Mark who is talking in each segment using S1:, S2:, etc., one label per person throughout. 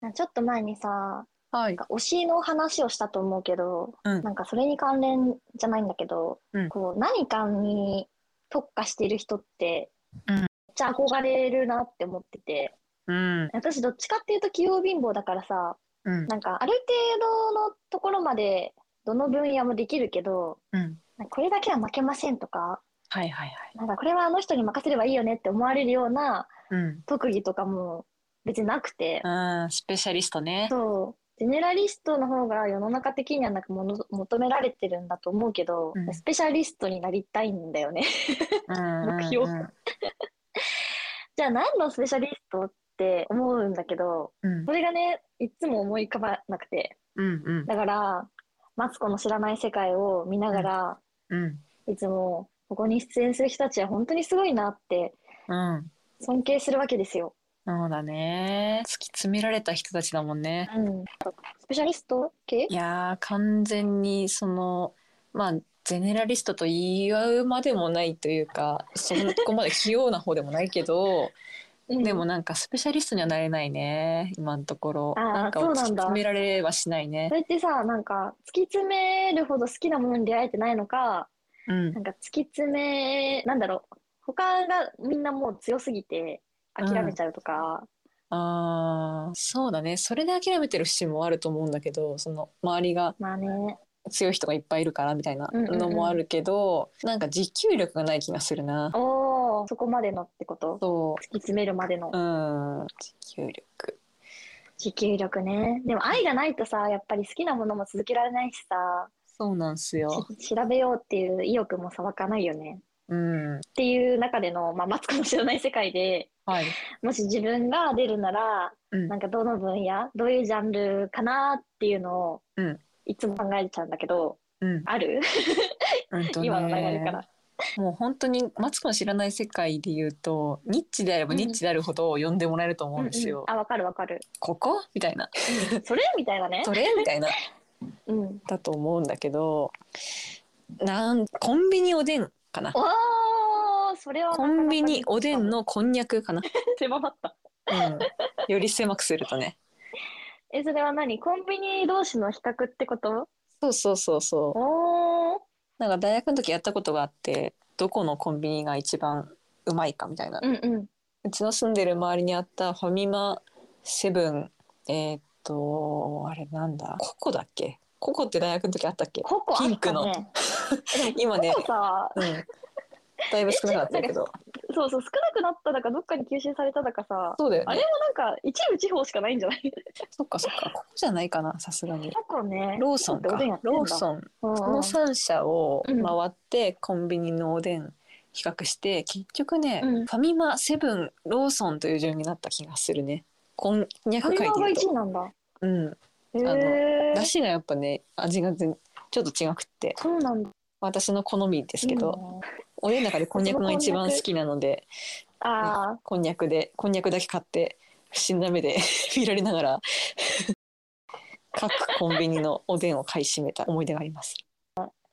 S1: なちょっと前にさ、
S2: は
S1: な
S2: い。
S1: んか推しの話をしたと思うけど、
S2: うん
S1: なんかそれに関連じゃないんだけど、
S2: うん
S1: こう何かに特化してる人って、
S2: うん
S1: めっちゃ憧れるなって思ってて、
S2: うん。
S1: 私どっちかっていうと器用貧乏だからさ、
S2: うん。
S1: なんかある程度のところまでどの分野もできるけど、
S2: うん。
S1: なんかこれだけは負けませんとか、
S2: はいはいはい。
S1: なんかこれはあの人に任せればいいよねって思われるような
S2: うん。
S1: 特技とかも別になくて、
S2: うん。スペシャリストね。
S1: そう。ジェネラリストの方が世の中的にはなんかもの求められてるんだと思うけど、
S2: うん
S1: スペシャリストになりたいんだよね。
S2: うん。
S1: 目標
S2: うん
S1: じゃあ何のスペシャリストって思うんだけど、
S2: うん
S1: そ。れがね、いつも思い浮かばなくて。
S2: うん。うん。
S1: だから、マツコの知らない世界を見ながら、
S2: うん。
S1: いつもここに出演する人たちは本当にすごいなって
S2: うん。
S1: 尊敬するわけですよ。
S2: そうだね。突き詰められた人たちだもんね。
S1: うん。スペシャリスト系
S2: いやー、完全にその、まあ、ゼネラリストと言い合うまでもないというか、そこまで器用な方でもないけ ど、でも
S1: ね、
S2: なんかスペシャリストにはなれないね、今のところ。
S1: あー
S2: なんか
S1: そう
S2: 突き
S1: なんだ
S2: 詰められはしないね
S1: そ。れってさ、なんか突き詰めるほど好きなものに出会えてないのか、
S2: うん
S1: な。んか突き詰め、なんだろう、他がみんなもう強すぎて諦めちゃうとか、
S2: あーそうだねそれで諦めてる節もあると思うんだけどその周りが
S1: まあね、
S2: 強い人がいっぱいいるからみたいな
S1: うんうんうん
S2: のもあるけど、なんか持久力がない気がするな。
S1: おお、そこまでのってこと
S2: そ
S1: 突き詰めるまでの
S2: ううん持久力
S1: 持久力ね。でも愛がないとさ、やっぱり好きなものも続けられないしさ、
S2: そうなん すよ。
S1: し調べようっていう意欲もさ湧かないよね。
S2: うん
S1: っていう中での、まあ、マツコの知らない世界で、
S2: はい、
S1: もし自分が出るなら、
S2: うん
S1: なんかどの分野、どういうジャンルかなっていうのを、
S2: うん
S1: いつも考えちゃうんだけど、
S2: うん
S1: ある、
S2: うんとね
S1: 今の流れから。
S2: もう本当にマツコの知らない世界で言うとニッチであればニッチであるほど呼んでもらえると思うんです
S1: う
S2: よ。
S1: んうんあ、わかるわ かる。
S2: ここみたいな
S1: それみたいなね。
S2: それみたいな
S1: うん。
S2: だと思うんだけどなんコンビニおでんかな
S1: おー、それはなか
S2: コ
S1: なか
S2: ンビニおでんのこんにゃくかな、
S1: 狭まった。
S2: うん、より狭くするとね
S1: え、それは何コンビニ同士の比較ってこと
S2: そうそうそうそう
S1: おー。
S2: なんか大学の時やったことがあってどこのコンビニが一番うまいかみたいな、う
S1: うんうん。
S2: ちの住んでる周りにあったファミマセブンえーっとあれなんだココだっけココって大学の時あったっけ
S1: ココあったね。
S2: ピンクの
S1: え。で
S2: 今ね
S1: もココさ、
S2: うんだいぶ少なくなったけど
S1: そうそう、少なくなっただか、どっかに吸収されただかさ、
S2: そうだよ
S1: あ
S2: ね
S1: れもなんか一部地方しかないんじゃない
S2: そっかそっかここじゃないかなさすがに
S1: ココね。
S2: ローソンかロー
S1: ン。
S2: ソン
S1: うん
S2: この3社を回ってコンビニのおでん比較して、結局ね、
S1: うん
S2: ファミマセブンローソンという順になった気がするねこんにゃ
S1: ファ
S2: く
S1: ミ
S2: 書い
S1: マ
S2: て
S1: が1
S2: ると、
S1: 位なんだ。
S2: うん、
S1: へ
S2: の
S1: え。
S2: だしがやっぱね味が全ちょっと違くって
S1: そうなんだ。
S2: 私の好みですけ
S1: う
S2: ど、
S1: ん
S2: おでんの中でこんにゃくが一番好きなので
S1: ああ、
S2: こんにゃくでこんにゃくだけ買って不審な目で 見られながら各コンビニのおでんを買い占めた思い出があります。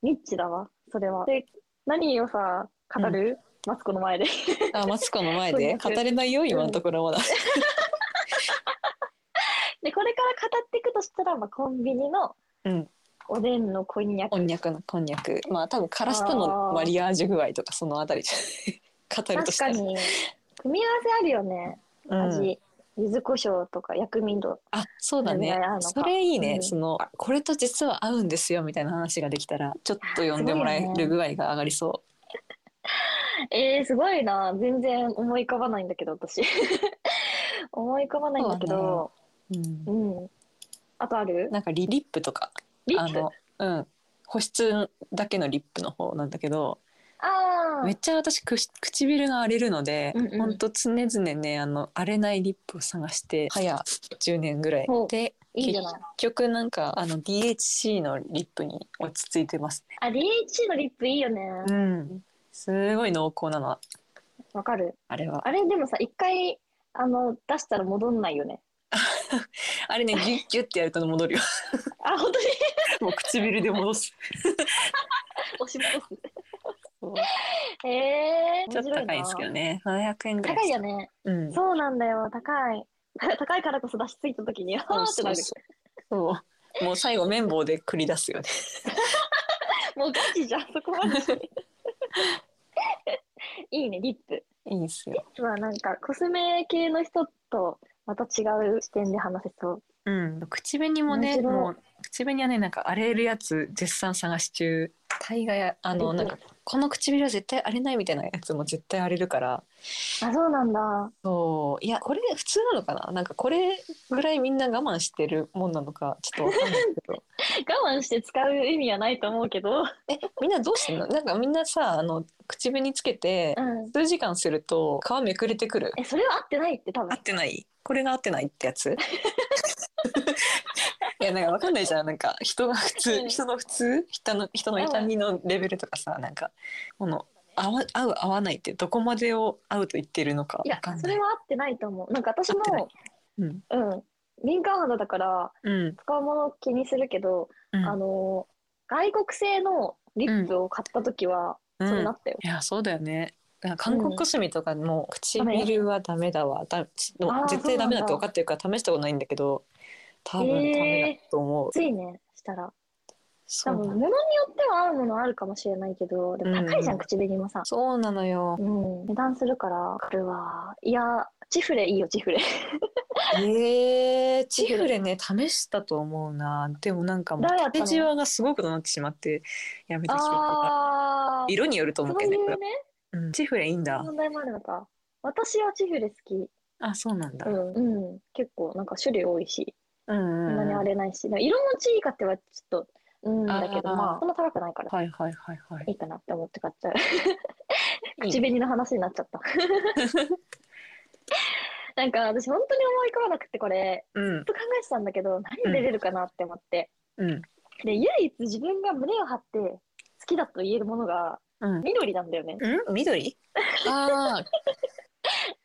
S1: ニッチだわ、それは。で、何をさ、語る、マツコの前で。
S2: あマツコの前で語れないよ今のところはまだ。
S1: で、これから語っていくとしたら、まあ、コンビニの
S2: うん
S1: おでんのこんにゃく。
S2: こんにゃくのこんにゃくまあ多分からしとのマリアージュ具合とかそのあたりじゃない 語ると
S1: 確
S2: した、
S1: からに、組み合わせあるよね、
S2: うん
S1: 味。柚子胡椒とか薬味度。
S2: あそうだ
S1: 全
S2: ね
S1: 然合うのか
S2: それいいね、
S1: うん
S2: そのあこれと実は合うんですよみたいな話ができたらちょっと呼んでもらえる具合が上がりそ
S1: えー、すごいな。全然思い浮かばないんだけど、私。 思い浮かばないんだけど、
S2: う、う
S1: うん。あとある
S2: ん、なんかリリップとか
S1: リ
S2: あ
S1: ップ
S2: のうん保湿だけのリップの方なんだけど、
S1: ああ
S2: めっちゃ私くし唇が荒れるので、
S1: うんうん
S2: ほんと常々ねあの荒れないリップを探して早10年ぐらい
S1: ほう
S2: で
S1: いいんじゃない
S2: 結局なんかあの DHC のリップに落ち着いてますね。
S1: あ、DHC のリップいいよね。
S2: うん。すごい濃厚なの
S1: わかる。
S2: あれは。
S1: あれ、でもさ、一回、あの、出したら戻んないよね。
S2: あれねギュッギ ュッってやると戻るよ。
S1: あ、本当に
S2: もう唇で戻す。
S1: 押し戻 す。
S2: そう
S1: えー、
S2: ちょっと高いんですけどね。700円ぐらい。
S1: 高いよね。
S2: うん。
S1: そうなんだよ、高い。 高いからこそ出しすぎた時に、あーってなる。
S2: そうもう最後綿棒で繰り出すよね
S1: もうガチじゃん、そこまで して。いいね、リップ。
S2: いいですよ、
S1: まあなんかコスメ系の人とまた違う視点で話せそう。
S2: うん、口紅もね
S1: 面白い
S2: もう口紅はねなんか荒れるやつ絶賛探し中大概あのなんかこの唇は絶対荒れないみたいなやつも絶対荒れるから
S1: あ、そうなんだ。
S2: そういやこれ普通なのかななんかこれぐらいみんな我慢してるもんなのかちょっとわかんないけ ど
S1: 我慢して使う意味はないと思うけど。
S2: えみんなどうしてんのなんかみんなさあの口紅つけて
S1: うん。
S2: 数時間すると皮めくれてくる
S1: え、それは合ってないって多
S2: 合
S1: 分
S2: っ。てないこれが合ってないってやつ いやなんかわかんないじゃんなんか人が普
S1: う
S2: 通
S1: ん
S2: 人の普通人の人の痛みのレベルとかさなんかこの合わ合う合わないってどこまでを合うと言ってるのか
S1: い
S2: わ
S1: や
S2: かん、
S1: そ
S2: ない
S1: れは合ってないと思う。なんか私
S2: 合ってない
S1: も、
S2: うん
S1: うん。敏感肌だから
S2: うん
S1: 使うもの気にするけど、
S2: うん
S1: あの、外国製のリップを買った時は、
S2: うん
S1: そうなったよ。
S2: いやそうだよねだから韓
S1: う
S2: 国
S1: ん
S2: コスメとかも
S1: ダメ
S2: 唇はダメだわだちもう
S1: あー
S2: 絶対ダメだって
S1: そうなんだ
S2: 分かってるから試したことないんだけど多分ダメだと思う、
S1: ついね、したら。
S2: そ
S1: 多
S2: うな
S1: 分、
S2: の
S1: 物によっては合うものあるかもしれないけど、でも高いじゃん、
S2: うん
S1: 口紅もさ。
S2: そうな のよ
S1: うん、値段するから、これは。いや、チフレいいよ、チ フレ。
S2: えー、チフレね試したと思うなでもなんかもう
S1: どうやったの
S2: 縦じわがすごくなってしまってやめてしまったから
S1: あー、
S2: 色によると思う
S1: そう
S2: け
S1: い
S2: どねこれ
S1: う
S2: は
S1: ね、
S2: うん、チフレいいんだ
S1: 問題もあるのか。私はチフレ好き。
S2: あそうなんだ、
S1: う
S2: うん
S1: ん、うん。結構、なんか種類多いし、
S2: うん
S1: そ
S2: うんん
S1: なに荒れないし、なんか色持ちいいかってはちょっと、うん
S2: あー
S1: だけど、まあ、そんな高くないから、
S2: はいはいはいはい
S1: いいかなって思って買っちゃう。
S2: いい
S1: 口紅の話になっちゃった。 なんか、私、本当に思い浮かばなくて、これ、
S2: うん
S1: ずっと考えてたんだけど、何で出るかなって思って。
S2: うん
S1: で、唯一自分が胸を張って好きだと言えるものが
S2: うん
S1: 緑なんだよね。
S2: うん 緑ああ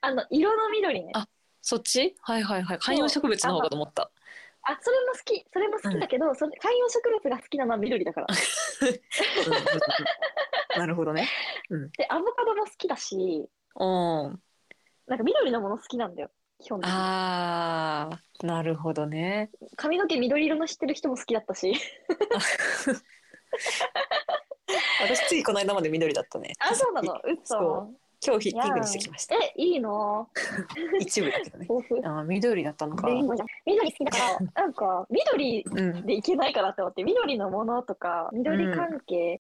S1: あの、色の緑ね。あ
S2: あ、そっちはいはいはい観葉植物の方かと思った
S1: それも好き。それも好きだけど、それ観葉植物が好きなのは緑だから。
S2: うんうんうんなるほどね
S1: で、アボカドも好きだし、
S2: うん
S1: なんか緑のもの好きなんだよ。基本的に。
S2: あーなるほどね
S1: 髪の毛緑色の知ってる人も好きだったし。
S2: 私ついこの間まで緑だったね
S1: あ、そう なの。嘘
S2: そ。今日
S1: い
S2: ピ
S1: やー
S2: ンクにしてきました
S1: え、いいの
S2: 一部だけどね
S1: 豊富。
S2: あー緑だったのか
S1: でいいのじゃん緑好きだから、なんか、緑
S2: うん
S1: でいけないかなって思って緑のものとか緑関係、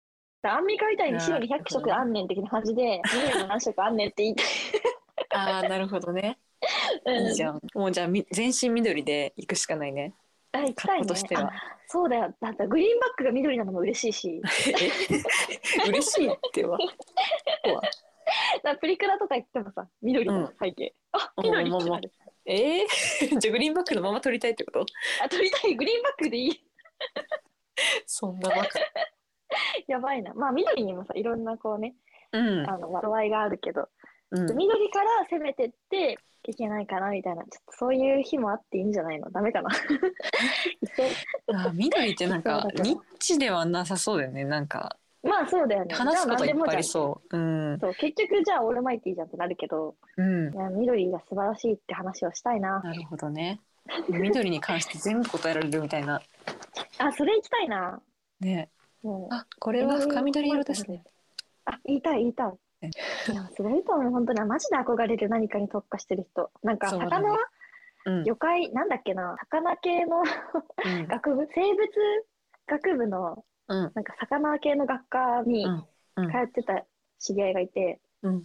S1: アンミカみたいに白に
S2: あー
S1: 100色あんねん的な感じで緑の何色あんねんって言いた
S2: ああなるほどね
S1: い、
S2: いいじゃんもうじゃあみ全身緑で行くしかないね
S1: あ行きたいね
S2: 格好としては
S1: あそうだよだってグリーンバックが緑なのも嬉しいし
S2: え 嬉しいっては
S1: だからプリクラとか行ってもさ緑の背景、あ緑ってなる
S2: えー、じゃあグリーンバックのまま撮りたいってこと
S1: あ撮りたいグリーンバックでいい
S2: そんなバカ
S1: やばいなまあ緑にもさいろんなこうね
S2: うん
S1: あの度合いがあるけど、
S2: うん
S1: 緑から攻めてっていけないかなみたいなちょっとそういう日もあっていいんじゃないのダメか な一定
S2: あー緑ってなんか
S1: そうだと
S2: ニッ
S1: 思
S2: チではなさそうだよねなんか
S1: まあそうだよね。
S2: 話すこといっぱいあり
S1: う。
S2: そううん
S1: そう結局じゃあオールマイティーじゃんってなるけど
S2: うん
S1: いや緑が素晴らしいって話をしたいな
S2: なるほどね緑に関して全部答えられるみたいな
S1: あそれ行きたいな
S2: ね
S1: もう
S2: あこれは深緑色ですね
S1: あ言いたい言いたい
S2: え
S1: いやすごいと思う本当にマジで憧れる何かに特化してる人なんか
S2: そうだね
S1: 魚、
S2: うん、
S1: 魚介なんだっけな魚系の
S2: うん
S1: 学部生物学部の
S2: うん
S1: なんか魚系の学科に
S2: うんうん
S1: 通ってた知り合いがいて、
S2: うん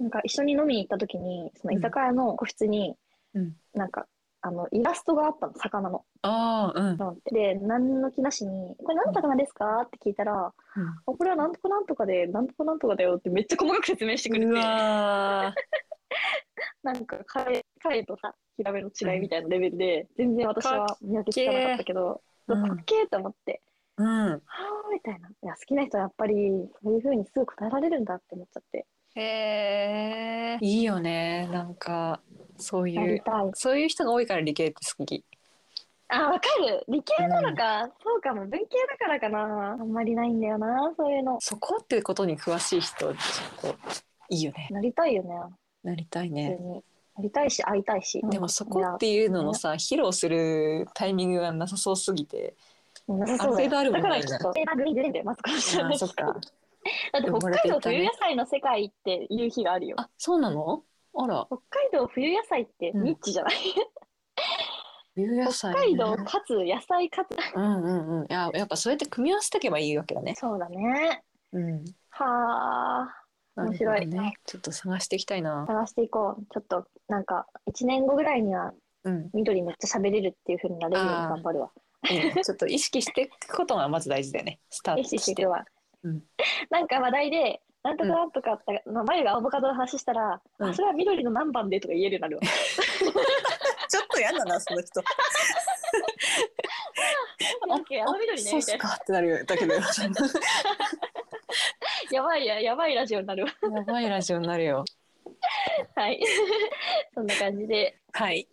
S1: なんか一緒に飲みに行った時にその居酒屋の個室に、
S2: うん
S1: なんかあのイラストがあったの魚の。
S2: ああうん
S1: で何の気なしに「これ何の魚ですか?」って聞いたら「あこれはなんとかなんとかでなんとかなんとかだよ」ってめっちゃ細かく説明してくれ
S2: う
S1: て
S2: わー
S1: なんか彼彼とさヒラメの違いみたいなレベルで、全然私は見分けつかなかったけど
S2: か
S1: か
S2: っけー
S1: っけーと思って。
S2: うん
S1: はあみたいな。いや好きな人はやっぱりそういう風にすぐ答えられるんだって思っちゃって。
S2: へえいいよねなんかそう
S1: や
S2: い
S1: り
S2: う
S1: たい。
S2: そういう人が多いから理系って好き
S1: あ、わかる。理系なのか、そうかも。文系だからかな。あんまりないんだよな、そういうの。
S2: そこってことに詳しい人ちょっといいよね
S1: なりたいよ
S2: なりたい
S1: ね、普
S2: ね
S1: 通に。やりたいし、会いたいし。
S2: でもそこっていうののさ披露するタイミングがなさそうすぎて
S1: うん、なさ
S2: あ
S1: そ
S2: る
S1: うだ
S2: 程
S1: よ
S2: 度あるも
S1: だ
S2: ん
S1: か
S2: な
S1: ら
S2: い
S1: き
S2: な
S1: っと、えー、グリーンで待つかもしれ
S2: あ
S1: ない。
S2: ーそっか。
S1: だって北海道冬
S2: 生まれてい
S1: 野
S2: た
S1: 菜の世界っていう日があるよ。
S2: あそうなのあら
S1: 北海道冬野菜ってニッチじゃない、
S2: 冬野菜
S1: 北
S2: ね
S1: 海道かつ野菜かつ。
S2: うんうんうんいややっぱそうやって組み合わせてけばいいわけだね
S1: そうだね。
S2: うん
S1: はあ。面白い
S2: なるほどねちょっと探していきたいな
S1: 探していこう。ちょっと、なんか、1年後ぐらいには
S2: うん
S1: 緑めっちゃ喋れるっていう風になれるように
S2: あー
S1: 頑張るわ。
S2: いいねちょっと意識していくことがまず大事だよねスター
S1: 意
S2: ト
S1: 識して
S2: し
S1: いく
S2: て
S1: わ。
S2: うん
S1: なんか話題で、なんとかなんとかって、まあ、前がアボカドの話したら、
S2: うん
S1: あそれは緑の何番でとか言えるようになるわ。
S2: ちょっと嫌だなその人
S1: オッケ ー、あの緑ね、
S2: そうっ
S1: みた
S2: す
S1: いな。
S2: かってなるだ けどや
S1: やばいや、やばいラジオになるわ。
S2: ばいラジオになるよ
S1: はい。 そんな感じで、
S2: はい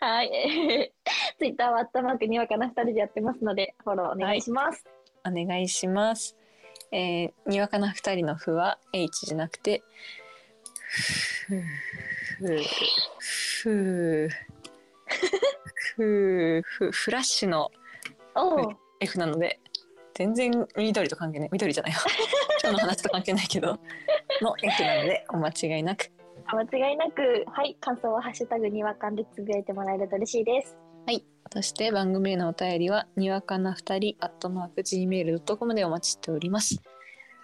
S1: はい。 ツイッターはあったまくにわかな二人でやってますので、フォローお願いします。
S2: お願いします。えー、にわかな二人のふは H じゃなくて、ふふふふフラッシュの
S1: おう
S2: は F なので、全然緑と関係ない緑じゃないよ。今日の話と関係ないけどの F なのでお間違いなく。
S1: お間違いなく、はい、感想はハッシュタグにわかんでつぶやいてもらえると嬉しいです。
S2: そして番組へのお便りはにわかな二人アットマーク gmail ドットコムでお待ちしております。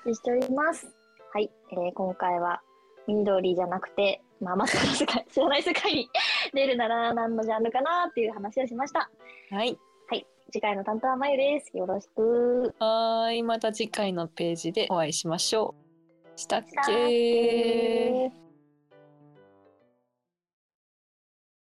S1: お待ちしております。はい、えー今回は緑じゃなくて、まあ、まさかの世界、知らない世界に出るなら何のジャンルかなっていう話をしました。
S2: はい。
S1: はい、次回の担当はまゆです。よろしく。
S2: はーい、また次回のページでお会いしましょう。したっけ
S1: えー